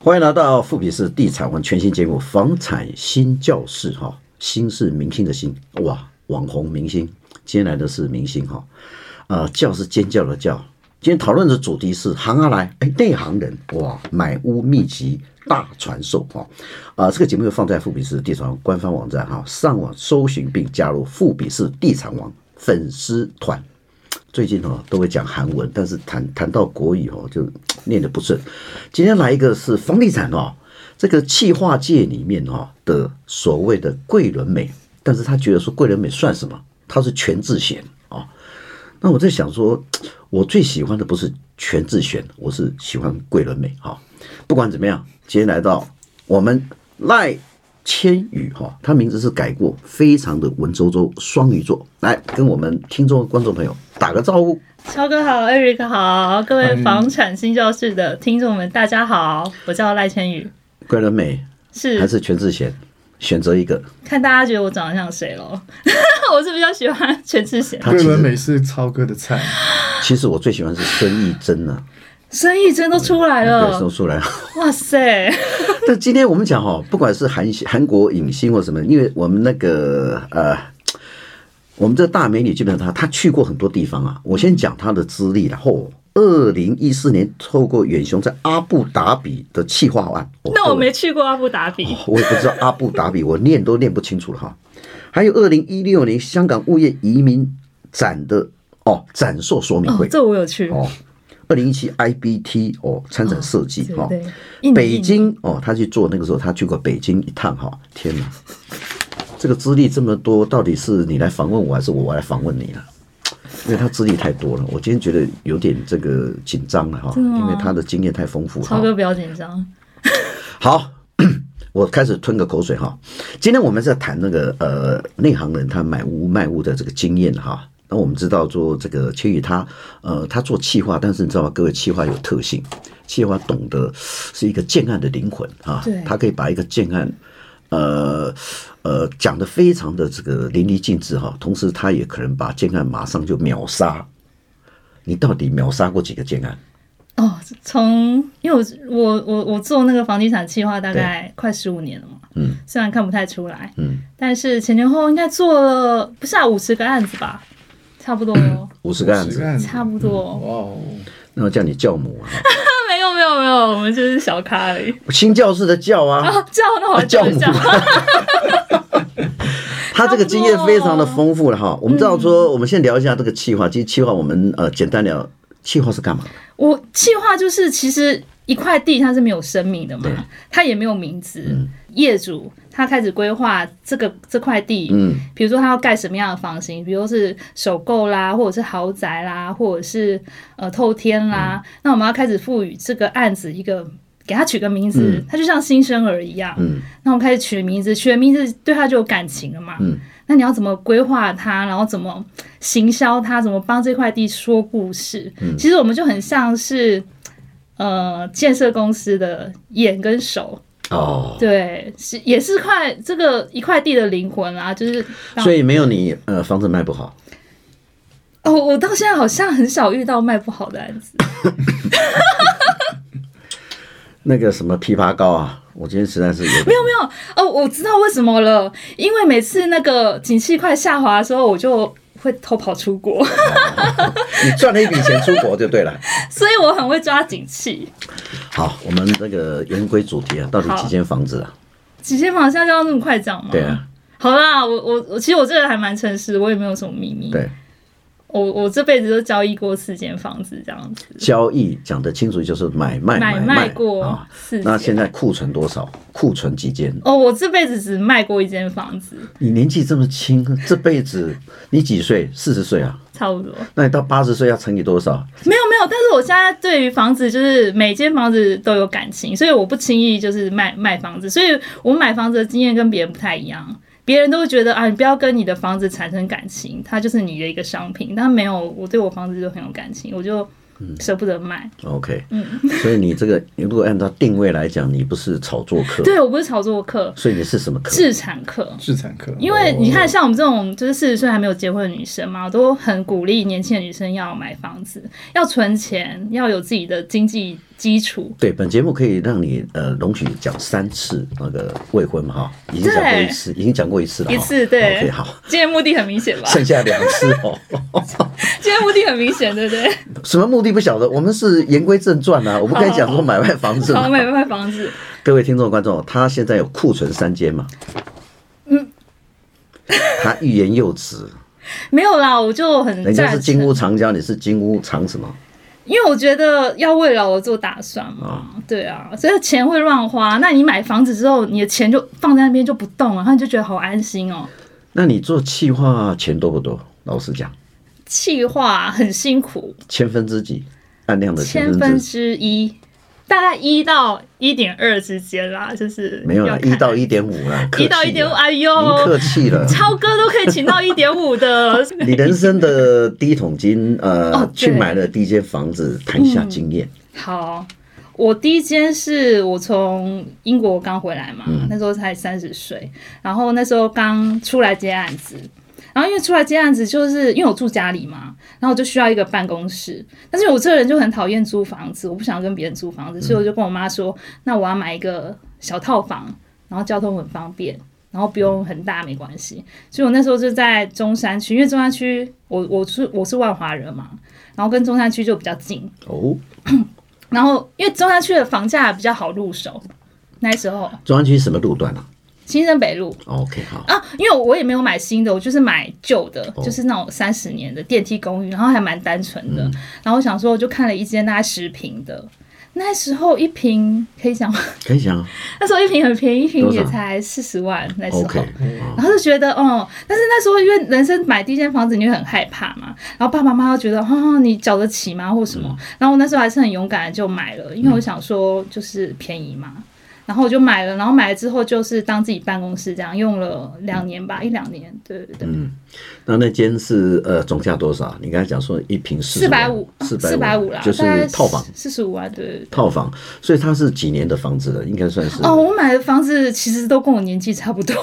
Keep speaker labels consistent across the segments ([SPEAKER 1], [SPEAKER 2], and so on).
[SPEAKER 1] 欢迎来到富比士地产王全新节目《房产新教室》哈，新是明星的星，哇，网红明星，今天来的是明星哈，呃，叫是尖叫的叫。今天讨论的主题是行啊来，哎，内行人哇，买屋秘籍大传授哈，啊、这个节目又放在富比士地产王官方网站哈，上网搜寻并加入富比士地产王粉丝团。最近哦都会讲韩文，但是谈谈到国语哦就念得不顺。今天来一个是房地产哦，这个气化界里面哦的所谓的桂纶镁，但是他觉得说桂纶镁算什么？他是全智贤啊、哦。那我在想说，我最喜欢的不是全智贤，哦我是喜欢桂纶镁哈。哦不管怎么样，今天来到我们赖千羽哈，他名字是改过，非常的文绉绉，双鱼座，来跟我们听众观众朋友打个招呼。
[SPEAKER 2] 超哥好，Eric 好，各位房产新教室的听众们，大家好，我叫赖千羽，
[SPEAKER 1] 桂纶镁还
[SPEAKER 2] 是
[SPEAKER 1] 是全智贤，选择一个。
[SPEAKER 2] 看大家觉得我长得像谁喽？ 我是比较喜欢全 智贤，
[SPEAKER 1] 他其
[SPEAKER 3] 桂纶
[SPEAKER 1] 实
[SPEAKER 3] 镁是超哥的菜，
[SPEAKER 1] 其实我最喜欢是孙艺珍啊呐、
[SPEAKER 2] 生意真都出来
[SPEAKER 1] 嗯对，说
[SPEAKER 2] 了，
[SPEAKER 1] 出来 了。
[SPEAKER 2] 哇塞，
[SPEAKER 1] 但今天我们讲哦，不管是韩韩国影星或什么，因为我们那个呃，我们这大美女基本上她她去过很多地方啊。我先讲她的资历然后二零一四年透过远雄在阿布达比的企划案，
[SPEAKER 2] 那我没去过阿布达比，
[SPEAKER 1] 我也不知道阿布达比，我念都念不清楚了哈。还有二零一六年香港物业移民展的哦展售说明
[SPEAKER 2] 哦
[SPEAKER 1] 会，
[SPEAKER 2] 这我有去，
[SPEAKER 1] 哦，二零一七 IBT 哦参展设计
[SPEAKER 2] 对
[SPEAKER 1] 哈。
[SPEAKER 2] 对，印尼
[SPEAKER 1] 北京哦，他去做那个时候，他去过北京一趟哈、天哪，这个资历这么多，到底是你来访问我，还是我来访问你呢？啊因为他资历太多了，我今天觉得有点这个紧张了哈、
[SPEAKER 2] 真的吗
[SPEAKER 1] 因为他的经验太丰富哈
[SPEAKER 2] 超。哥不要紧张，
[SPEAKER 1] 好， 我开始吞个口水哈。今天我们在谈那个呃内行人他买屋卖屋的这个经验哈。那我们知道做这个千羽他呃他做企划，但是你知道吗？各位企划有特性，企划懂得是一个建案的灵魂啊
[SPEAKER 2] 对，
[SPEAKER 1] 他可以把一个建案。呃呃，讲的非常的这个淋漓尽致哈，同时他也可能把建案马上就秒杀。你到底秒杀过几个建案？
[SPEAKER 2] 哦，从因为我我我我做那个房地产计划大概快十五年了嘛，
[SPEAKER 1] 嗯，
[SPEAKER 2] 虽然看不太出来，
[SPEAKER 1] 嗯，
[SPEAKER 2] 但是前前后后应该做了不下五十个案子吧，差不多哦，
[SPEAKER 1] 五十个案子，
[SPEAKER 2] 差不多
[SPEAKER 1] 嗯
[SPEAKER 2] 哦。
[SPEAKER 3] 哇哦，
[SPEAKER 1] 那么叫你教母啊，
[SPEAKER 2] 那没有没有没有，我们就是小咖而已。
[SPEAKER 1] 新教室的教啊，
[SPEAKER 2] 啊，叫那我
[SPEAKER 1] 教
[SPEAKER 2] 叫
[SPEAKER 1] 母
[SPEAKER 2] 叫，
[SPEAKER 1] 他这个经验非常的丰富了哈。我们知道说，我们先聊一下这个企划。其实企划我们呃简单聊，企划是干嘛的？
[SPEAKER 2] 我计划就是其实一块地它是没有生命的嘛
[SPEAKER 1] 对，
[SPEAKER 2] 它也没有名字，
[SPEAKER 1] 嗯
[SPEAKER 2] 业主他开始规划这个这块地，
[SPEAKER 1] 嗯，
[SPEAKER 2] 比如说他要盖什么样的房型，比如说是首购啦，或者是豪宅啦，或者是呃透天
[SPEAKER 1] 嗯
[SPEAKER 2] 啦，那我们要开始赋予这个案子一个。给他取个名字
[SPEAKER 1] 嗯，
[SPEAKER 2] 他就像新生儿一样。
[SPEAKER 1] 嗯，
[SPEAKER 2] 那我们开始取名字，取了名字对他就有感情了嘛。
[SPEAKER 1] 嗯，
[SPEAKER 2] 那你要怎么规划它，然后怎么行销它，怎么帮这块地说故事？
[SPEAKER 1] 嗯
[SPEAKER 2] 其实我们就很像是呃建设公司的眼跟手，
[SPEAKER 1] 哦，
[SPEAKER 2] 对，是也是块这个一块地的灵魂啦，就是让
[SPEAKER 1] 所以没有你呃房子卖不好，
[SPEAKER 2] 哦，我到现在好像很少遇到卖不好的案子，
[SPEAKER 1] 那个什么枇杷膏啊，我今天实在是有没有没有
[SPEAKER 2] 哦，我知道为什么了，因为每次那个景气快下滑的时候，我就会偷跑出国，
[SPEAKER 1] 你赚了一笔钱出国就对了。
[SPEAKER 2] 所以我很会抓景气。
[SPEAKER 1] 好，我们这个言归主题啊，到底几间房子啊？
[SPEAKER 2] 几间房现在要那么快讲吗？
[SPEAKER 1] 对啊，
[SPEAKER 2] 好啦，我我我其实我这个人还蛮诚实，我也没有什么秘密。
[SPEAKER 1] 对，
[SPEAKER 2] 我我这辈子都交易过四间房子，这样子，
[SPEAKER 1] 交易讲得清楚就是买卖
[SPEAKER 2] 买
[SPEAKER 1] 卖
[SPEAKER 2] 过
[SPEAKER 1] 啊。
[SPEAKER 2] 四间。
[SPEAKER 1] 那现在库存多少？库存几间？
[SPEAKER 2] 哦，我这辈子只卖过一间房子，
[SPEAKER 1] 你年纪这么轻，这辈子你几岁？四十岁啊？
[SPEAKER 2] 差不多。
[SPEAKER 1] 那你到八十岁要乘以多少？
[SPEAKER 2] 没有没有，但是我现在对于房子就是每间房子都有感情，所以我不轻易就是卖卖房子，所以我买房子的经验跟别人不太一样。别人都会觉得啊，你不要跟你的房子产生感情，它就是你的一个商品。但没有，我对我房子就很有感情，我就舍不得卖。
[SPEAKER 1] OK，所
[SPEAKER 2] 嗯
[SPEAKER 1] 以你这个如果按照定位来讲，你不是炒作客，
[SPEAKER 2] 对我不是炒作客，
[SPEAKER 1] 所以你是什么客？
[SPEAKER 2] 是产客。
[SPEAKER 3] 制产课，
[SPEAKER 2] 因为你看，像我们这种就是四十岁还没有结婚的女生嘛，我都很鼓励年轻的女生要买房子，要存钱，要有自己的经济基础。
[SPEAKER 1] 对，本节目可以让你呃容许讲三次那个未婚嘛哈，已经讲过一次，已经讲过一次了哈，
[SPEAKER 2] 一次对
[SPEAKER 1] OK，好，
[SPEAKER 2] 今天目的很明显 吧？
[SPEAKER 1] 剩下两 次哦。
[SPEAKER 2] 今天目的很明显，对不对？
[SPEAKER 1] 什么目的不晓得，我们是言归正传啊，我们该讲说买卖房子嘛
[SPEAKER 2] 哦好，。买卖房子，
[SPEAKER 1] 各位听众观众，他现在有库存三间嘛？嗯，他欲言又止，
[SPEAKER 2] 没有啦，我就很
[SPEAKER 1] 人家是
[SPEAKER 2] 赞
[SPEAKER 1] 金
[SPEAKER 2] 成，
[SPEAKER 1] 屋藏 娇，你是金屋藏什么？
[SPEAKER 2] 因为我觉得要为了我做打算嘛，对啊，所以钱会乱花。那你买房子之后，你的钱就放在那边就不动了，然后你就觉得好安心哦。
[SPEAKER 1] 那你做企划钱多不多？老实讲，
[SPEAKER 2] 气化很辛苦，
[SPEAKER 1] 千分之几，按量的千
[SPEAKER 2] 千
[SPEAKER 1] 分
[SPEAKER 2] 分
[SPEAKER 1] 之
[SPEAKER 2] 之一，大概一到一点二之间啦，就是
[SPEAKER 1] 没有
[SPEAKER 2] 要
[SPEAKER 1] 了，
[SPEAKER 2] 看
[SPEAKER 1] 一啊到一点五了，客
[SPEAKER 2] 一
[SPEAKER 1] 气
[SPEAKER 2] 到
[SPEAKER 1] 了
[SPEAKER 2] 一点五，哎
[SPEAKER 1] 您
[SPEAKER 2] 呦
[SPEAKER 1] 客，气 了。
[SPEAKER 2] 超哥都可以请到一点五的，
[SPEAKER 1] 你人生的第一桶金，呃，
[SPEAKER 2] 哦对嗯
[SPEAKER 1] 去买了第一间房子，谈一下经验。
[SPEAKER 2] 好，我第一间是我从英国刚回来嘛，那时候才三十岁，然后那时候刚出来接案子。然后因为出来接案子，就是因为我住家里嘛，然后我就需要一个办公室。但是我这个人就很讨厌租房子，我不想跟别人租房子，所以我就跟我妈说，那我要买一个小套房，然后交通很方便，然后不用很大没关系。所以我那时候就在中山区，因为中山区我我是我是万华人嘛，然后跟中山区就比较近，
[SPEAKER 1] 哦，
[SPEAKER 2] 然后因为中山区的房价比较好入手，那时候
[SPEAKER 1] 中央区什么路段啊
[SPEAKER 2] 新生北路
[SPEAKER 1] ？OK，好，
[SPEAKER 2] 啊，因为我也没有买新的，我就是买旧的，
[SPEAKER 1] 哦
[SPEAKER 2] 就是那种三十年的电梯公寓，然后还蛮单纯
[SPEAKER 1] 嗯
[SPEAKER 2] 的。然后我想说，我就看了一间大概十平的，那时候一平可以讲吗？
[SPEAKER 1] 可以讲啊。
[SPEAKER 2] 那时候一平很便宜，一平
[SPEAKER 1] 多少
[SPEAKER 2] 也才四十万，那时候。
[SPEAKER 1] OK，
[SPEAKER 2] 然后就觉得哦，但是那时候因为人生买第一间房子，你会很害怕嘛。然后爸爸妈妈又觉得，哦，你缴得起吗，或什
[SPEAKER 1] 嗯
[SPEAKER 2] 么。然后我那时候还是很勇敢的就买了，因为我想说就是便宜嘛。然后我就买了，然后买了之后就是当自己办公室这样用了两年吧，一两年，对对对，
[SPEAKER 1] 嗯那那间是呃总价多少？你刚才讲说一平四
[SPEAKER 2] 四百五，
[SPEAKER 1] 四
[SPEAKER 2] 四百
[SPEAKER 1] 百
[SPEAKER 2] 五啦，
[SPEAKER 1] 就是套房，
[SPEAKER 2] 四十五万，对对对。
[SPEAKER 1] 套房，所以它是几年的房子了？应该算是
[SPEAKER 2] 哦，我买的房子其实都跟我年纪差不多，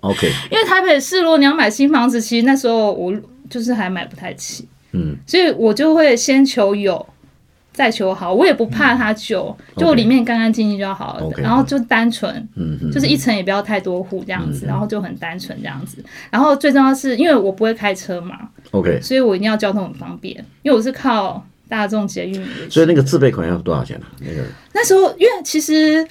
[SPEAKER 1] OK，
[SPEAKER 2] 因为台北市如果你要买新房子，其实那时候我就是还买不太起。
[SPEAKER 1] 嗯，
[SPEAKER 2] 所以我就会先求有，再求好。我也不怕它旧，就
[SPEAKER 1] 嗯 OK
[SPEAKER 2] 里面干干净净就好
[SPEAKER 1] OK，
[SPEAKER 2] 然后就单纯，
[SPEAKER 1] 嗯哼嗯
[SPEAKER 2] 就是一层也不要太多户这样子，然后就很单纯这样子。然后最重要是因为我不会开车嘛，
[SPEAKER 1] OK，
[SPEAKER 2] 所以我一定要交通很方便，因为我是靠大众捷运为主。
[SPEAKER 1] 所以那个自备款要多少钱呢、那个
[SPEAKER 2] 那时候因为其实。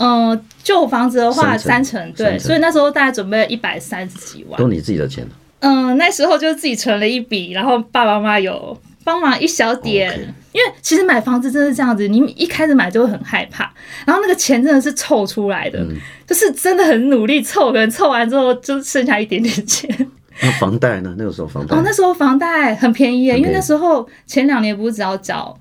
[SPEAKER 2] 嗯，旧房子的
[SPEAKER 1] 三
[SPEAKER 2] 话三
[SPEAKER 1] 成
[SPEAKER 2] 成，对，
[SPEAKER 1] 三成
[SPEAKER 2] 所以那时候大概准备了一百三十几万
[SPEAKER 1] 都。你自己的钱啊
[SPEAKER 2] 嗯，那时候就自己存了一笔，然后爸爸妈妈有帮忙一小点
[SPEAKER 1] OK
[SPEAKER 2] 因为其实买房子真的是这样子，你一开始买就会很害怕，然后那个钱真的是凑出来
[SPEAKER 1] 嗯
[SPEAKER 2] 的，就是真的很努力凑，可能凑完之后就剩下一点点钱。
[SPEAKER 1] 那房贷呢？那个时候房贷、
[SPEAKER 2] 哦，那时候房贷很便宜耶，
[SPEAKER 1] 很
[SPEAKER 2] 因
[SPEAKER 1] 便宜
[SPEAKER 2] 为那时候前两年不是只要缴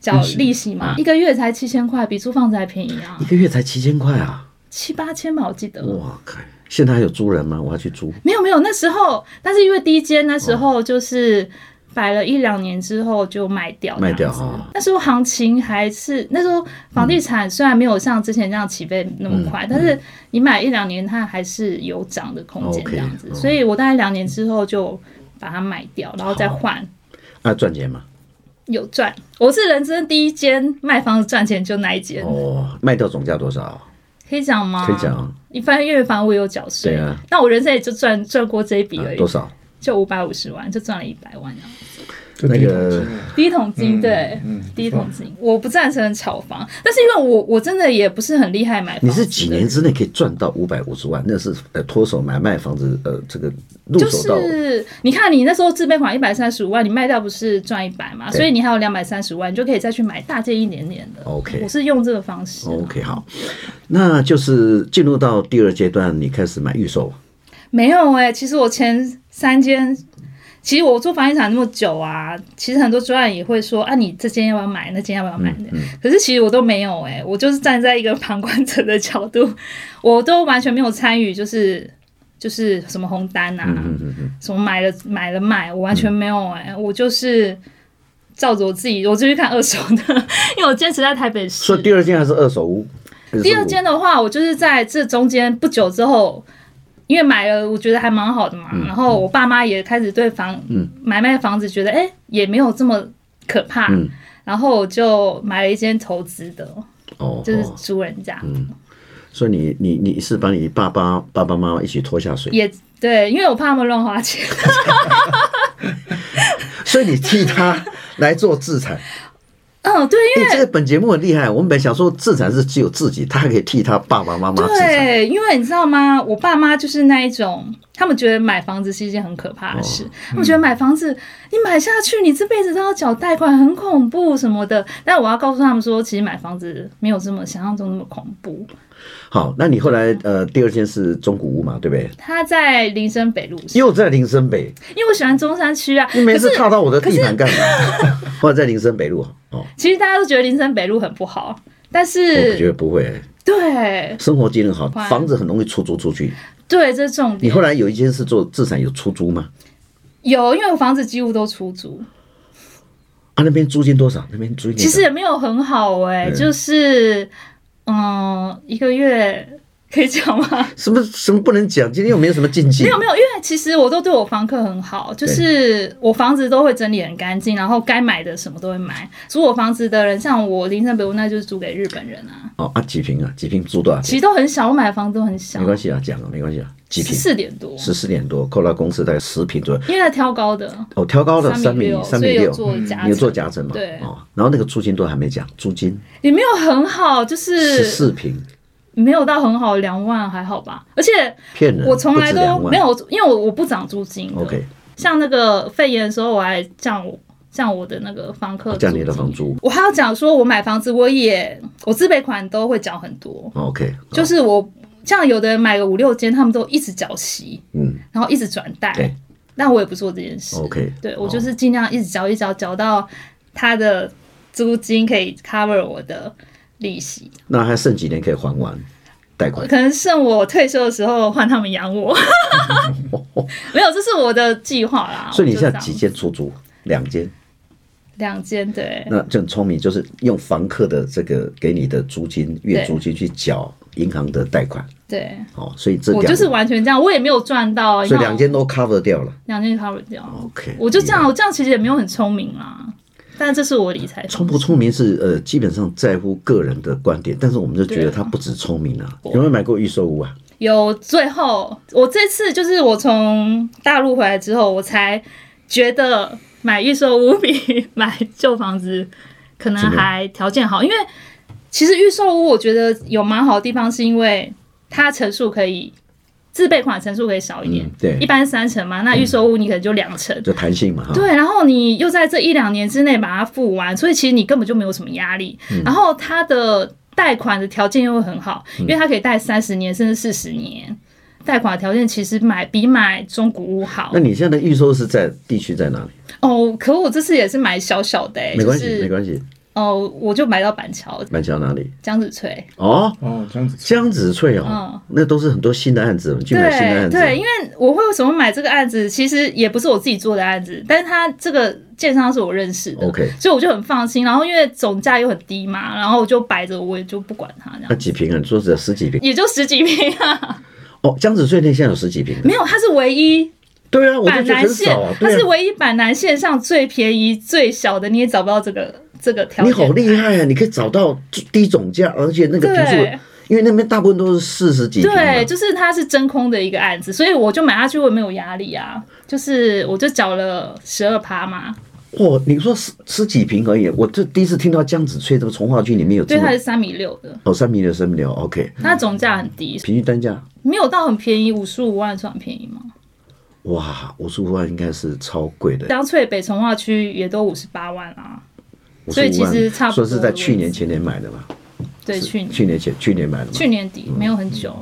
[SPEAKER 2] 缴利息嘛，
[SPEAKER 1] 啊
[SPEAKER 2] 一个月才七千块，比租房子还便宜啊
[SPEAKER 1] 一，个月才七千块啊！
[SPEAKER 2] 七八千吧，我记得。
[SPEAKER 1] 哇靠！现在还有租人吗？我要去租。
[SPEAKER 2] 没有没有，那时候，但是因为第一间那时
[SPEAKER 1] 哦
[SPEAKER 2] 候就是摆了一两年之后就卖掉，
[SPEAKER 1] 卖掉
[SPEAKER 2] 这样子
[SPEAKER 1] 哦
[SPEAKER 2] 那时候行情还是那时候房地产虽然没有像之前这样起飞那么
[SPEAKER 1] 嗯
[SPEAKER 2] 快，但是你买一两年它还是有涨的空间
[SPEAKER 1] OK，哦
[SPEAKER 2] 这样子，
[SPEAKER 1] 嗯
[SPEAKER 2] 所以我大概两年之后就把它卖掉，然后再换。
[SPEAKER 1] 啊，赚钱嘛。
[SPEAKER 2] 有赚，我是人生第一间卖房子赚钱就那一间，
[SPEAKER 1] 哦，卖掉总价多
[SPEAKER 2] 啊
[SPEAKER 1] 少？
[SPEAKER 2] 可以讲吗？
[SPEAKER 1] 可以讲。啊，
[SPEAKER 2] 你翻越房我有缴税，
[SPEAKER 1] 对啊
[SPEAKER 2] 那我人生也就赚赚过这一笔
[SPEAKER 1] 啊
[SPEAKER 2] 而已，
[SPEAKER 1] 多少？
[SPEAKER 2] 就五百五十万，就赚了一百万这样。
[SPEAKER 3] 就
[SPEAKER 1] 那
[SPEAKER 3] 第一桶
[SPEAKER 1] 个
[SPEAKER 3] 金啊
[SPEAKER 2] 第一桶金，对，
[SPEAKER 3] 嗯，
[SPEAKER 2] 第一桶金，我不赞成炒房，但是因为我我真的也不是很厉害买房子
[SPEAKER 1] 你
[SPEAKER 2] 的，
[SPEAKER 1] 是几年之内可以赚到五百五十万？那是呃脱手买卖房子呃这个入
[SPEAKER 2] 就
[SPEAKER 1] 手到
[SPEAKER 2] 是你看你那时候自备款一百三十五万，你卖掉不是赚一百嘛，
[SPEAKER 1] 对
[SPEAKER 2] 所以你还有两百三十万，你就可以再去买大件一点点的。
[SPEAKER 1] OK
[SPEAKER 2] 我是用这个方式啊。
[SPEAKER 1] OK，好，那就是进入到第二阶段，你开始买预售，
[SPEAKER 2] 没有哎、其实我前三间，其实我做房地产那么久啊，其实很多专案也会说啊，你这间要不要买，那间要不要买
[SPEAKER 1] 嗯
[SPEAKER 2] 的。可是其实我都没有哎、我就是站在一个旁观者的角度， 我都完全没有参与，就是就是什么红单啊，
[SPEAKER 1] 嗯
[SPEAKER 2] 什么买了买了卖，我完全没有哎、
[SPEAKER 1] 嗯
[SPEAKER 2] 我就是。照着我自己，我就去看二手的， 因为我坚持在台北市。
[SPEAKER 1] 所以第二间还是二手屋。还是
[SPEAKER 2] 第
[SPEAKER 1] 中
[SPEAKER 2] 二
[SPEAKER 1] 古
[SPEAKER 2] 间的话，我就是在这中间不久之后，因为买了，我觉得还蛮好的嘛。
[SPEAKER 1] 嗯
[SPEAKER 2] 然后我爸妈也开始对房、买卖房子觉得，哎、也没有这么可怕。
[SPEAKER 1] 嗯
[SPEAKER 2] 然后我就买了一间投资的，
[SPEAKER 1] 哦，
[SPEAKER 2] 就是
[SPEAKER 1] 哦
[SPEAKER 2] 租人家，
[SPEAKER 1] 所以你你你是把你爸爸爸爸妈妈一起拖下水，
[SPEAKER 2] 也对，因为我怕他们乱花钱。
[SPEAKER 1] 所以你替他来做制 裁。
[SPEAKER 2] 嗯，对，因
[SPEAKER 1] 哎、
[SPEAKER 2] 为
[SPEAKER 1] 这个本节目很厉害，我们本来想说制裁是只有自己，他还可以替他爸爸妈妈制裁。
[SPEAKER 2] 对，因为你知道吗？我爸妈就是那一种，他们觉得买房子是一件很可怕的
[SPEAKER 1] 哦嗯
[SPEAKER 2] 事。他们觉得买房子，你买下去，你这辈子都要缴贷款，很恐怖什么的。但我要告诉他们说，其实买房子没有这么想象中那么恐怖。
[SPEAKER 1] 好，那你后来呃，第二间是中古屋嘛，对不对？
[SPEAKER 2] 他在林森北路上，
[SPEAKER 1] 又在林森北，
[SPEAKER 2] 因为我喜欢中山区啊。
[SPEAKER 1] 你每次
[SPEAKER 2] 可是
[SPEAKER 1] 踏到我的地盘干嘛？ 或者在林森北路哦，
[SPEAKER 2] 其实大家都觉得林森北路很不好，但
[SPEAKER 1] 我觉
[SPEAKER 2] 是
[SPEAKER 1] 得不会，
[SPEAKER 2] 对
[SPEAKER 1] 生活机能好，
[SPEAKER 2] 哇
[SPEAKER 1] 房子很容易出租出去。
[SPEAKER 2] 对，这是重
[SPEAKER 1] 你
[SPEAKER 2] 点
[SPEAKER 1] 后。来有一间是做自产有出租吗？
[SPEAKER 2] 有，因为我房子几乎都出租，
[SPEAKER 1] 啊，那边租金多少？那边租金多
[SPEAKER 2] 其
[SPEAKER 1] 少
[SPEAKER 2] 实也没有很好哎、就是嗯，一个月可以 讲吗？
[SPEAKER 1] 什么什么不能讲？今天又没有什么禁忌
[SPEAKER 2] 没。有没有，因为其实我都对我房客很好，就是我房子都会整理很干净，然后该买的什么都会买。租我房子的人，像我林森北路，那就是租给日本人啊，
[SPEAKER 1] 哦啊，几平啊？几平租多少
[SPEAKER 2] 其
[SPEAKER 1] 钱？
[SPEAKER 2] 实都很小，我买的房子都很小
[SPEAKER 1] 没，关系啊，讲了没关系啊，几平？
[SPEAKER 2] 四点多，
[SPEAKER 1] 十四点多，扣到公司大概十平左右。
[SPEAKER 2] 因为它挑高的，
[SPEAKER 1] 哦，挑高的三
[SPEAKER 2] 米
[SPEAKER 1] 米
[SPEAKER 2] 六，
[SPEAKER 1] 三
[SPEAKER 2] 所
[SPEAKER 1] 米
[SPEAKER 2] 以
[SPEAKER 1] 六，
[SPEAKER 2] 有
[SPEAKER 1] 嗯
[SPEAKER 2] 做夹
[SPEAKER 1] 你有做
[SPEAKER 2] 层
[SPEAKER 1] 夹层嘛？
[SPEAKER 2] 对
[SPEAKER 1] 哦，然后那个租金都还没讲，租金
[SPEAKER 2] 也没有很好，就
[SPEAKER 1] 十
[SPEAKER 2] 是
[SPEAKER 1] 四平，
[SPEAKER 2] 没有到很好，两万还好吧。而且
[SPEAKER 1] 骗人，
[SPEAKER 2] 我从来
[SPEAKER 1] 不止两
[SPEAKER 2] 都
[SPEAKER 1] 万
[SPEAKER 2] 没。有，因为我我不涨租金的。
[SPEAKER 1] OK，
[SPEAKER 2] 像那个肺炎的时候，我还降我降我的那个房客，
[SPEAKER 1] 哦降你的房。租。
[SPEAKER 2] 我还要讲说，我买房子我也我自备款都会缴很多，
[SPEAKER 1] 哦 OK，
[SPEAKER 2] 就是是我像有的人买个五六间，他们都一直缴息，
[SPEAKER 1] 嗯
[SPEAKER 2] 然后一直转
[SPEAKER 1] 对
[SPEAKER 2] 贷，但我也不做这件事。
[SPEAKER 1] ，OK，哦
[SPEAKER 2] 对我就是尽量一直缴一直缴，缴到他的租金可以 cover 我的利息，
[SPEAKER 1] 那还剩几年可以还完贷款？
[SPEAKER 2] 可能剩我退休的时候换他们养我。 没有，这是我的计划啦。
[SPEAKER 1] 所以你
[SPEAKER 2] 我就
[SPEAKER 1] 现
[SPEAKER 2] 这
[SPEAKER 1] 在
[SPEAKER 2] 样
[SPEAKER 1] 几间出租？两间，
[SPEAKER 2] 两间对。
[SPEAKER 1] 那就很聪明，就是用房客的这个给你的租金月
[SPEAKER 2] 对
[SPEAKER 1] 租金去缴银行的贷款。
[SPEAKER 2] 对，
[SPEAKER 1] 哦，所以这
[SPEAKER 2] 我
[SPEAKER 1] 两
[SPEAKER 2] 就是完全这样，我也没有赚到，
[SPEAKER 1] 所以
[SPEAKER 2] 你看
[SPEAKER 1] 两间都 cover 掉了。
[SPEAKER 2] 两间 cover 掉，
[SPEAKER 1] OK，
[SPEAKER 2] 我就这
[SPEAKER 1] 厉
[SPEAKER 2] 样，
[SPEAKER 1] 害。
[SPEAKER 2] 我这样其实也没有很聪明啦，但这是我理财
[SPEAKER 1] 聪不聪明是呃，基本上在乎个人的观点，但是我们就觉得
[SPEAKER 2] 对啊
[SPEAKER 1] 他不止聪明啊。有没有买过预售屋啊？
[SPEAKER 2] 有最后，我这次就是我从大陆回来之后，我才觉得买预售屋比 买旧房子可能
[SPEAKER 1] 怎么样
[SPEAKER 2] 还条件好，因为其实预售屋我觉得有蛮好的地方，是因为它层数可以自备款层数可以少一点
[SPEAKER 1] 嗯，对嗯
[SPEAKER 2] 一般三成嘛，那预售屋你可能就两成，
[SPEAKER 1] 就弹性嘛哈。
[SPEAKER 2] 对，啊然后你又在这一两年之内把它付完，所以其实你根本就没有什么压力。
[SPEAKER 1] 嗯
[SPEAKER 2] 然后它的贷款的条件又会很好，因为它可以贷三十年甚至四十年，贷款的条件其实买比买中古屋好
[SPEAKER 1] 那。你现在的预售是在地区在哪里？
[SPEAKER 2] 哦，可我这次也是买小小的、欸，
[SPEAKER 1] 没关系，
[SPEAKER 2] 就
[SPEAKER 1] 没
[SPEAKER 2] 是
[SPEAKER 1] 关系，
[SPEAKER 2] 哦，我就买到板桥
[SPEAKER 1] 板桥哪里？
[SPEAKER 2] 江子翠。
[SPEAKER 1] 哦，
[SPEAKER 3] 哦，这样子。
[SPEAKER 1] 江子翠哦
[SPEAKER 2] 嗯，
[SPEAKER 1] 那都是很多新的案子，去买新的
[SPEAKER 2] 对
[SPEAKER 1] 案子。
[SPEAKER 2] 对，因为我会为什么买这个案子，其实也不是我自己做的案子，但是他这个建商是我认识的
[SPEAKER 1] OK
[SPEAKER 2] 所以我就很放心。然后因为总价又很低嘛，然后我就摆着，我也就不管它这
[SPEAKER 1] 那
[SPEAKER 2] 样，
[SPEAKER 1] 几平啊？你说只有十几平？
[SPEAKER 2] 也就十几平啊，
[SPEAKER 1] 哦，江子翠那现在有十几平的。
[SPEAKER 2] 没有，它是唯一
[SPEAKER 1] 对啊，我就
[SPEAKER 2] 板
[SPEAKER 1] 觉得
[SPEAKER 2] 南
[SPEAKER 1] 很
[SPEAKER 2] 线
[SPEAKER 1] 少啊。，
[SPEAKER 2] 它
[SPEAKER 1] 对
[SPEAKER 2] 是
[SPEAKER 1] 啊，
[SPEAKER 2] 唯一板南线上最便宜、最小的，你也找不到这个这个条
[SPEAKER 1] 你
[SPEAKER 2] 件。
[SPEAKER 1] 好厉害啊！你可以找到低总价，而且那个平
[SPEAKER 2] 对
[SPEAKER 1] 数，因为那边大部分都是四十几平嘛。
[SPEAKER 2] 对，就是它是真空的一个案子，所以我就买下去，我也没有压力啊。就是我就缴了十二趴嘛，
[SPEAKER 1] 哇，你说十十几平而已，我这第一次听到江子翠这个从化区里面有
[SPEAKER 2] 对，
[SPEAKER 1] 这
[SPEAKER 2] 它
[SPEAKER 1] 么
[SPEAKER 2] 是三米六的，
[SPEAKER 1] 哦三米六三米六，OK，
[SPEAKER 2] 它总价很低，
[SPEAKER 1] 平均单价
[SPEAKER 2] 没有到很便宜，五十五万算很便宜吗？
[SPEAKER 1] 哇五十五万应该是超贵的，
[SPEAKER 2] 江翠北从化区也都五十八万啊，
[SPEAKER 1] 55
[SPEAKER 2] 所以其实差不多
[SPEAKER 1] 说是在去年前年买的嘛，
[SPEAKER 2] 对，去年
[SPEAKER 1] 去年嗯前去年买的嘛，
[SPEAKER 2] 去年底没有很久，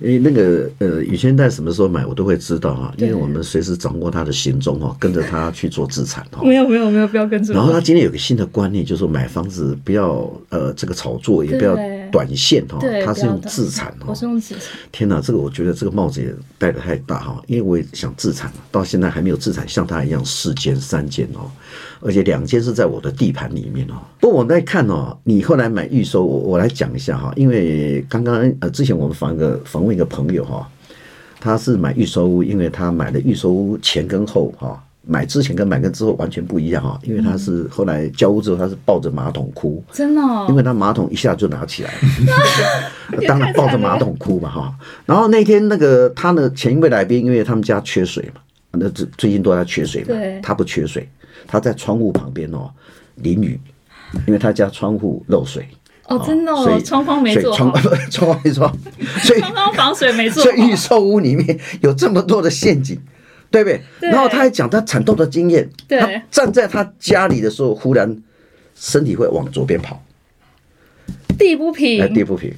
[SPEAKER 1] 因为那个呃宇轩在什么时候买我都会知道啊，因为我们随时掌握他的行踪哦，跟着他去做资产哦。
[SPEAKER 2] 有没有没有，不要跟着
[SPEAKER 1] 然后他今天有个新的观念，就是说买房子不要呃这个炒作，也不要
[SPEAKER 2] 对
[SPEAKER 1] 短线哦
[SPEAKER 2] 对，，
[SPEAKER 1] 他是用
[SPEAKER 2] 不要
[SPEAKER 1] 自产哦
[SPEAKER 2] 我。是用自产，
[SPEAKER 1] 天哪，这个我觉得这个帽子也戴得太大哈，因为我也想自产，到现在还没有自产像他一样四间三间哦，而且两间是在我的地盘里面哦。不过我在看哦，你后来买预售，我我来讲一下哈，因为刚刚呃之前我们访一个访问一个朋友哈、他是买预售屋，因为他买了预售屋前跟后哈、买之前跟买跟之后完全不一样哈，因为他是后来交屋之后，他是抱着马桶哭，
[SPEAKER 2] 真的、哦，
[SPEAKER 1] 因为他马桶一下就拿起来 了，当然抱着马桶哭嘛哈。然后那天那个他的前一位来宾，因为他们家缺水嘛，那最最近都在缺水嘛
[SPEAKER 2] 对，
[SPEAKER 1] 他不缺水，他在窗户旁边哦淋雨，因为他家窗户漏水，
[SPEAKER 2] 哦，真的、
[SPEAKER 1] 所
[SPEAKER 2] 哦
[SPEAKER 1] 以，
[SPEAKER 2] 窗框没
[SPEAKER 1] 所以
[SPEAKER 2] 做
[SPEAKER 1] 窗
[SPEAKER 2] 好，
[SPEAKER 1] 窗外窗，所以
[SPEAKER 2] 窗框防水没做
[SPEAKER 1] 所以
[SPEAKER 2] 好
[SPEAKER 1] 预，售屋里面有这么多的陷阱，对不对？
[SPEAKER 2] 对
[SPEAKER 1] 然后他还讲他惨痛的经验，
[SPEAKER 2] 对
[SPEAKER 1] 他站在他家里的时候，忽然身体会往左边跑，
[SPEAKER 2] 地不
[SPEAKER 1] 哎，
[SPEAKER 2] 平，
[SPEAKER 1] 跌 不平。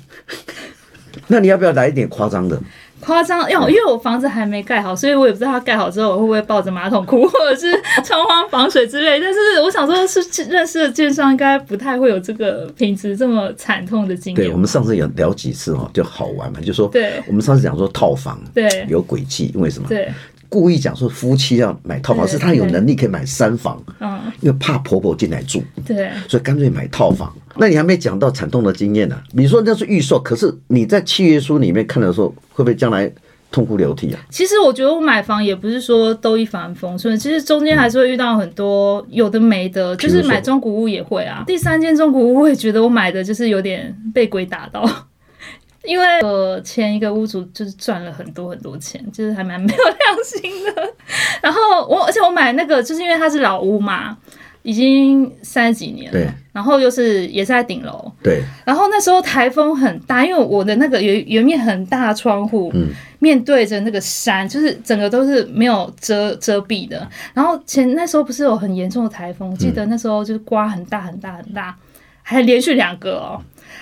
[SPEAKER 1] 那你要不要来一点夸张的？
[SPEAKER 2] 夸
[SPEAKER 1] 嗯
[SPEAKER 2] 张。因为因为我房子还没盖好，所以我也不知道它盖好之后我会不会抱着马桶哭， 或者是窗框防水之类。但是我想说，是认识的建商应该不太会有这个品质这么惨痛的经
[SPEAKER 1] 对我
[SPEAKER 2] 验。
[SPEAKER 1] 们上次有聊几次哦，就好玩嘛，就说
[SPEAKER 2] 对
[SPEAKER 1] 我们上次讲说套房
[SPEAKER 2] 对
[SPEAKER 1] 有诡计，因为什么？
[SPEAKER 2] 对，
[SPEAKER 1] 故意讲说夫妻要买套房，
[SPEAKER 2] 对
[SPEAKER 1] 是他有
[SPEAKER 2] 对
[SPEAKER 1] 能力可以买三房，
[SPEAKER 2] 嗯，
[SPEAKER 1] 因为怕婆婆进来住。
[SPEAKER 2] 对，
[SPEAKER 1] 所以干脆买套房。那你还没讲到惨痛的经验呢、啊你说那是预售，可是你在契约书里面看的时候，会不会将来痛哭流涕啊？
[SPEAKER 2] 其实我觉得我买房也不是说都一帆风顺，其实中间还是会遇到很多有的没的，就
[SPEAKER 1] 比
[SPEAKER 2] 是
[SPEAKER 1] 如说
[SPEAKER 2] 买中古屋也会啊。第三件中古屋，我也觉得我买的就是有点被鬼打到。 因为呃，前一个屋主就是赚了很多很多钱，就是还蛮没有良心的。 然后我，而且我买那个，就是因为它是老屋嘛，已经三十几年
[SPEAKER 1] 对
[SPEAKER 2] 了，然后又是也是在顶楼，
[SPEAKER 1] 对，
[SPEAKER 2] 然后那时候台风很大，因为我的那个有有一面很大的窗户，
[SPEAKER 1] 嗯
[SPEAKER 2] 面对着那个山，就是整个都是没有遮遮蔽的。然后前那时候不是有很严重的台风，我记
[SPEAKER 1] 嗯
[SPEAKER 2] 得那时候就是刮很大很大很大，还连续两个哦。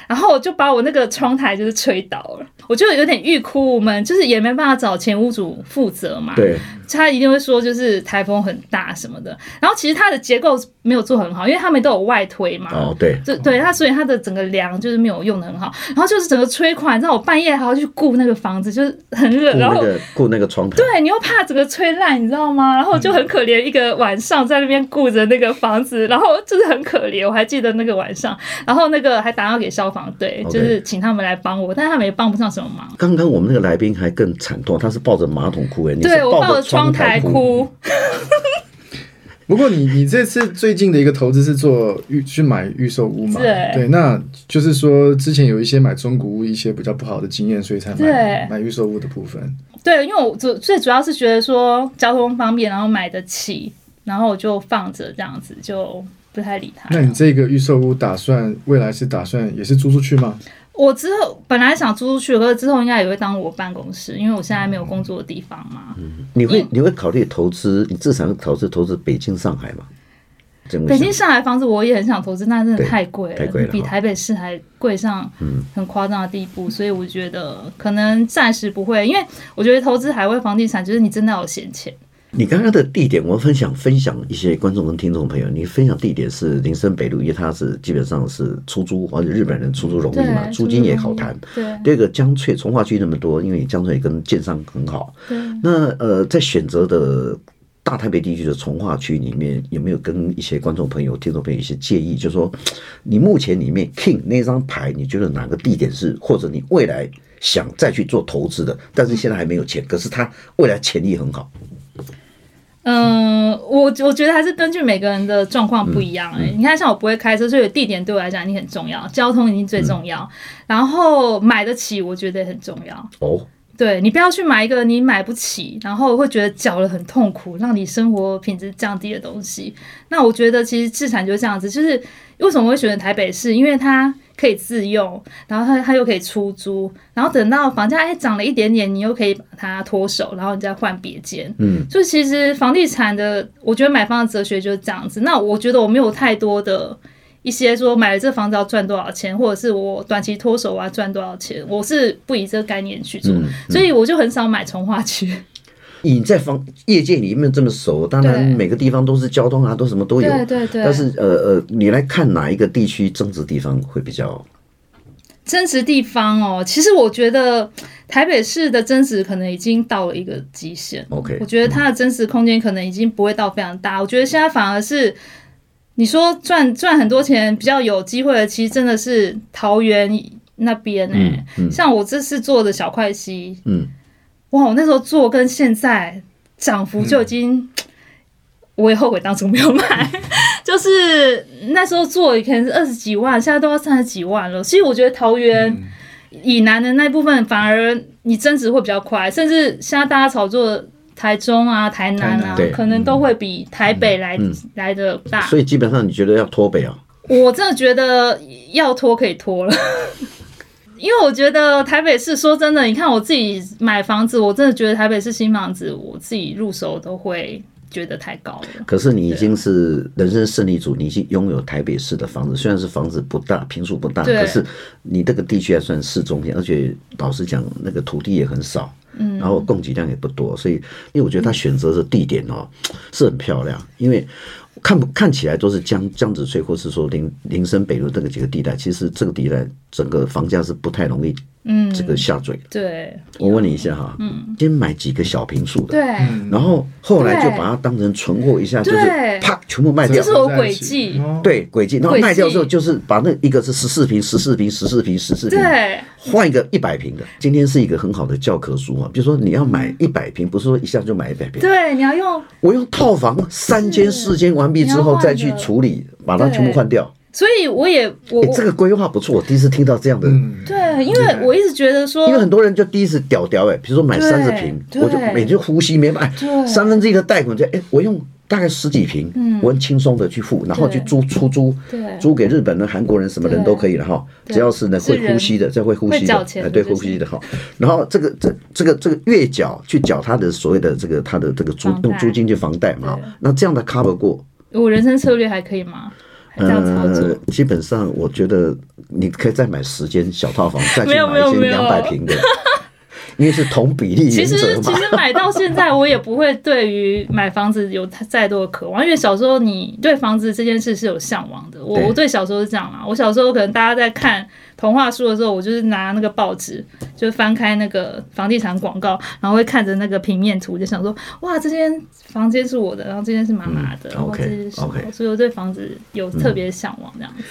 [SPEAKER 2] 然后我就把我那个窗台就是吹倒了，我就有点欲哭无门，就是也没办法找前屋主负责嘛。
[SPEAKER 1] 对，
[SPEAKER 2] 他一定会说就是台风很大什么的。然后其实它的结构没有做很好，因为他们都有外推嘛。
[SPEAKER 1] 哦，对，
[SPEAKER 2] 对对，它所以它的整个梁就是没有用的很好，然后就是整个吹垮，你知道我半夜还要去顾那个房子，就是很热，
[SPEAKER 1] 雇
[SPEAKER 2] 然
[SPEAKER 1] 那
[SPEAKER 2] 后
[SPEAKER 1] 个雇那个窗台，
[SPEAKER 2] 对你又怕整个吹烂，你知道吗？然后我
[SPEAKER 1] 嗯
[SPEAKER 2] 就很可怜，一个晚上在那边顾着那个房子，然后就是很可怜。我还记得那个晚上，然后那个还打电话给消防队，
[SPEAKER 1] OK
[SPEAKER 2] 就是请他们来帮我，但是他们也帮不上什么忙。
[SPEAKER 1] 刚刚我们那个来宾还更惨痛，他是抱着马桶哭哎、你是
[SPEAKER 2] 对我抱
[SPEAKER 1] 着
[SPEAKER 2] 着窗
[SPEAKER 1] 台
[SPEAKER 2] 台哭，
[SPEAKER 3] 不过你你这次最近的一个投资是做预去买预售屋嘛？
[SPEAKER 2] 对
[SPEAKER 3] 对，那就是说之前有一些买中古屋一些比较不好的经验，所以才买
[SPEAKER 2] 对
[SPEAKER 3] 买预售屋的部分。
[SPEAKER 2] 对，因为我主最主要是觉得说交通方便，然后买得起，然后我就放着这样子，就不太理他。
[SPEAKER 3] 那你这个预售屋打算未来是打算也是租出去吗？
[SPEAKER 2] 我之后本来想租出去，可是之后应该也会当我办公室，因为我现在没有工作的地方嘛。
[SPEAKER 1] 你会你会考虑投资，你至少考虑投资北京、上海嘛？这么
[SPEAKER 2] 北
[SPEAKER 1] 想
[SPEAKER 2] 京、上海房子我也很想投资，但真的
[SPEAKER 1] 对
[SPEAKER 2] 太贵了，
[SPEAKER 1] 太贵了
[SPEAKER 2] 比
[SPEAKER 1] 哈嗯
[SPEAKER 2] 台北市还贵上很夸张的地步，所以我觉得可能暂时不会，因为我觉得投资海外房地产就是你真的要有闲钱。
[SPEAKER 1] 你刚刚的地点，我分享分享一些观众跟听众朋友，你分享地点是林森北路，因为它是基本上是出租，而且日本人出租容易嘛，
[SPEAKER 2] 对
[SPEAKER 1] 租金也好谈。
[SPEAKER 2] 出租容易对
[SPEAKER 1] 第二个江翠从化区那么多，因为江翠跟建商很好。
[SPEAKER 2] 对
[SPEAKER 1] 那呃，在选择的大台北地区的从化区里面，有没有跟一些观众朋友、听众朋友一些建议？就说你目前里面 King 那张牌，你觉得哪个地点是，或者你未来想再去做投资的，但是现在还没有钱，可是它未来潜力很好。
[SPEAKER 2] 嗯，我我觉得还是根据每个人的状况不一样、
[SPEAKER 1] 嗯
[SPEAKER 2] 欸。你看，像我不会开车，所以地点对我来讲已经很重要，交通已经最重
[SPEAKER 1] 嗯
[SPEAKER 2] 要，然后买得起，我觉得也很重要。
[SPEAKER 1] 哦，
[SPEAKER 2] 对你不要去买一个你买不起，然后会觉得缴了很痛苦，让你生活品质降低的东西。那我觉得其实自产就是这样子，就是为什么我会选择台北市，因为它可以自用，然后它它又可以出租，然后等到房价哎涨了一点点，你又可以把它脱手，然后你再换别间。
[SPEAKER 1] 嗯，
[SPEAKER 2] 就其实房地产的，我觉得买房的哲学就是这样子。那我觉得我没有太多的。一些说买了这房子要赚多少钱，或者是我短期脱手我要赚多少钱，我是不以这个概念去
[SPEAKER 1] 嗯
[SPEAKER 2] 做，所以我就很少买从化 区。
[SPEAKER 1] 你在房业界里面这么熟，当然
[SPEAKER 2] 对
[SPEAKER 1] 每个地方都是交通啊，都什么都有。
[SPEAKER 2] 对对对，
[SPEAKER 1] 但是呃呃，你来看哪一个地区增值地方会比较？
[SPEAKER 2] 增值地方哦，其实我觉得台北市的增值可能已经到了一个极限。
[SPEAKER 1] OK
[SPEAKER 2] 我觉得它的增值空间可能已经不会到非常大。我觉得现在反而是你说赚赚很多钱比较有机会的，其实真的是桃园那边哎、像我这次做的小快溪，
[SPEAKER 1] 嗯，
[SPEAKER 2] 哇，我那时候做跟现在涨幅就已经。我也后悔当初没有买， 就是那时候做可能是二十几万，现在都要三十几万了。其实我觉得桃园
[SPEAKER 1] 嗯
[SPEAKER 2] 以南的那部分，反而你增值会比较快，甚至现在大家炒作台中啊、台南啊
[SPEAKER 1] 台南对，嗯
[SPEAKER 2] 可能都会比台北来、来的大。
[SPEAKER 1] 所以基本上你觉得要脱北哦，
[SPEAKER 2] 我真的觉得要拖可以拖了， 因为我觉得台北市，说真的，你看我自己买房子，我真的觉得台北市新房子，我自己入手都会觉得太高了。
[SPEAKER 1] 可是你已经是人生胜利组，你已经拥有台北市的房子，虽然是房子不大，平数不大，
[SPEAKER 2] 对
[SPEAKER 1] 可是你这个地区还算市中心，而且老实讲，那个土地也很少，嗯，然后供给量也不多，所以因为我觉得他选择的地点哦、是很漂亮，因为。看看起来都是江江子翠，或是说林林森北路这个几个地带，其实这个地带整个房价是不太容易，嗯，这个下坠。
[SPEAKER 2] 对
[SPEAKER 1] 我问你一下哈，嗯，先买几个小平数的，嗯
[SPEAKER 2] 对，
[SPEAKER 1] 然后后来就把它当成存货，一下就是
[SPEAKER 2] 嗯对
[SPEAKER 1] 啪全部卖
[SPEAKER 3] 这
[SPEAKER 1] 掉
[SPEAKER 2] 就。是我轨迹
[SPEAKER 3] 哦，
[SPEAKER 1] 对，轨迹，然后
[SPEAKER 2] 轨迹
[SPEAKER 1] 卖掉之后就是把那一个是十四平、十四平、十四平、十四平，
[SPEAKER 2] 对
[SPEAKER 1] 换一个一百平的。今天是一个很好的教科书啊，比如说你要买一百平，不是说一下就买一百平，
[SPEAKER 2] 对，你要用，
[SPEAKER 1] 我用套房三间、四间完毕之后
[SPEAKER 2] 你要换
[SPEAKER 1] 再去
[SPEAKER 2] 的
[SPEAKER 1] 处理，把它
[SPEAKER 2] 嗯对
[SPEAKER 1] 全部换掉。
[SPEAKER 2] 所以我也我
[SPEAKER 1] 哎，这个规划不错，我第一次听到这样的。
[SPEAKER 3] 嗯，
[SPEAKER 2] 对，因为我一直觉得说
[SPEAKER 1] 因为很多人就第一次屌屌哎、比如说买
[SPEAKER 2] 对
[SPEAKER 1] 三十平，
[SPEAKER 2] 对
[SPEAKER 1] 我就每天呼吸没买
[SPEAKER 2] 对嗯
[SPEAKER 1] 三分之一的贷款就哎、我用大概十几平，我很轻松的去付，然后去租出租
[SPEAKER 2] 对，
[SPEAKER 1] 租给日本人、韩国人什么人都可以了哈，
[SPEAKER 2] 对
[SPEAKER 1] 只要是呢
[SPEAKER 2] 是
[SPEAKER 1] 会
[SPEAKER 2] 人
[SPEAKER 1] 呼吸的，这会呼
[SPEAKER 2] 会
[SPEAKER 1] 吸的
[SPEAKER 2] 缴，钱
[SPEAKER 1] 哎
[SPEAKER 2] 的
[SPEAKER 1] 对，
[SPEAKER 2] 就
[SPEAKER 1] 呼
[SPEAKER 2] 是
[SPEAKER 1] 吸的哈。然后这个这这个这个月缴去缴他的所谓的这个他的这个租
[SPEAKER 2] 房贷
[SPEAKER 1] 用租金去房贷嘛，那这样的 cover 过，
[SPEAKER 2] 我人生策略还可以吗？还这样操
[SPEAKER 1] 呃
[SPEAKER 2] 作，，
[SPEAKER 1] 基本上我觉得你可以再买十间小套房，再去
[SPEAKER 2] 没有
[SPEAKER 1] 买
[SPEAKER 2] 没有
[SPEAKER 1] 一间
[SPEAKER 2] 没有
[SPEAKER 1] 两百平的，因为是同比例
[SPEAKER 2] 其
[SPEAKER 1] 原则
[SPEAKER 2] 实其
[SPEAKER 1] 嘛。
[SPEAKER 2] 实买到现在，我也不会对于买房子有再多的渴望，因为小时候你对房子这件事是有向往的。我
[SPEAKER 1] 对
[SPEAKER 2] 我对小时候是这样啦，我小时候可能大家在看童话书的时候，我就是拿那个报纸，就翻开那个房地产广告，然后会看着那个平面图，就想说哇，这间房间是我的，然后这间是妈妈的，
[SPEAKER 1] 嗯
[SPEAKER 2] 然后这
[SPEAKER 1] OK，
[SPEAKER 2] 间是我的
[SPEAKER 1] OK
[SPEAKER 2] 所以我对房子有特别向往这样子。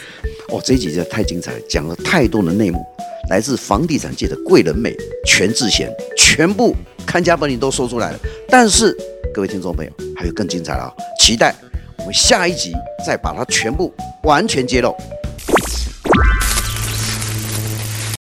[SPEAKER 1] 哦，这一集真的太精彩，讲了太多的内幕，来自房地产界的贵人美全智贤，全部看家本领都说出来了。但是各位听众朋友，还有更精彩了啊、期待我们下一集再把它全部完全揭露。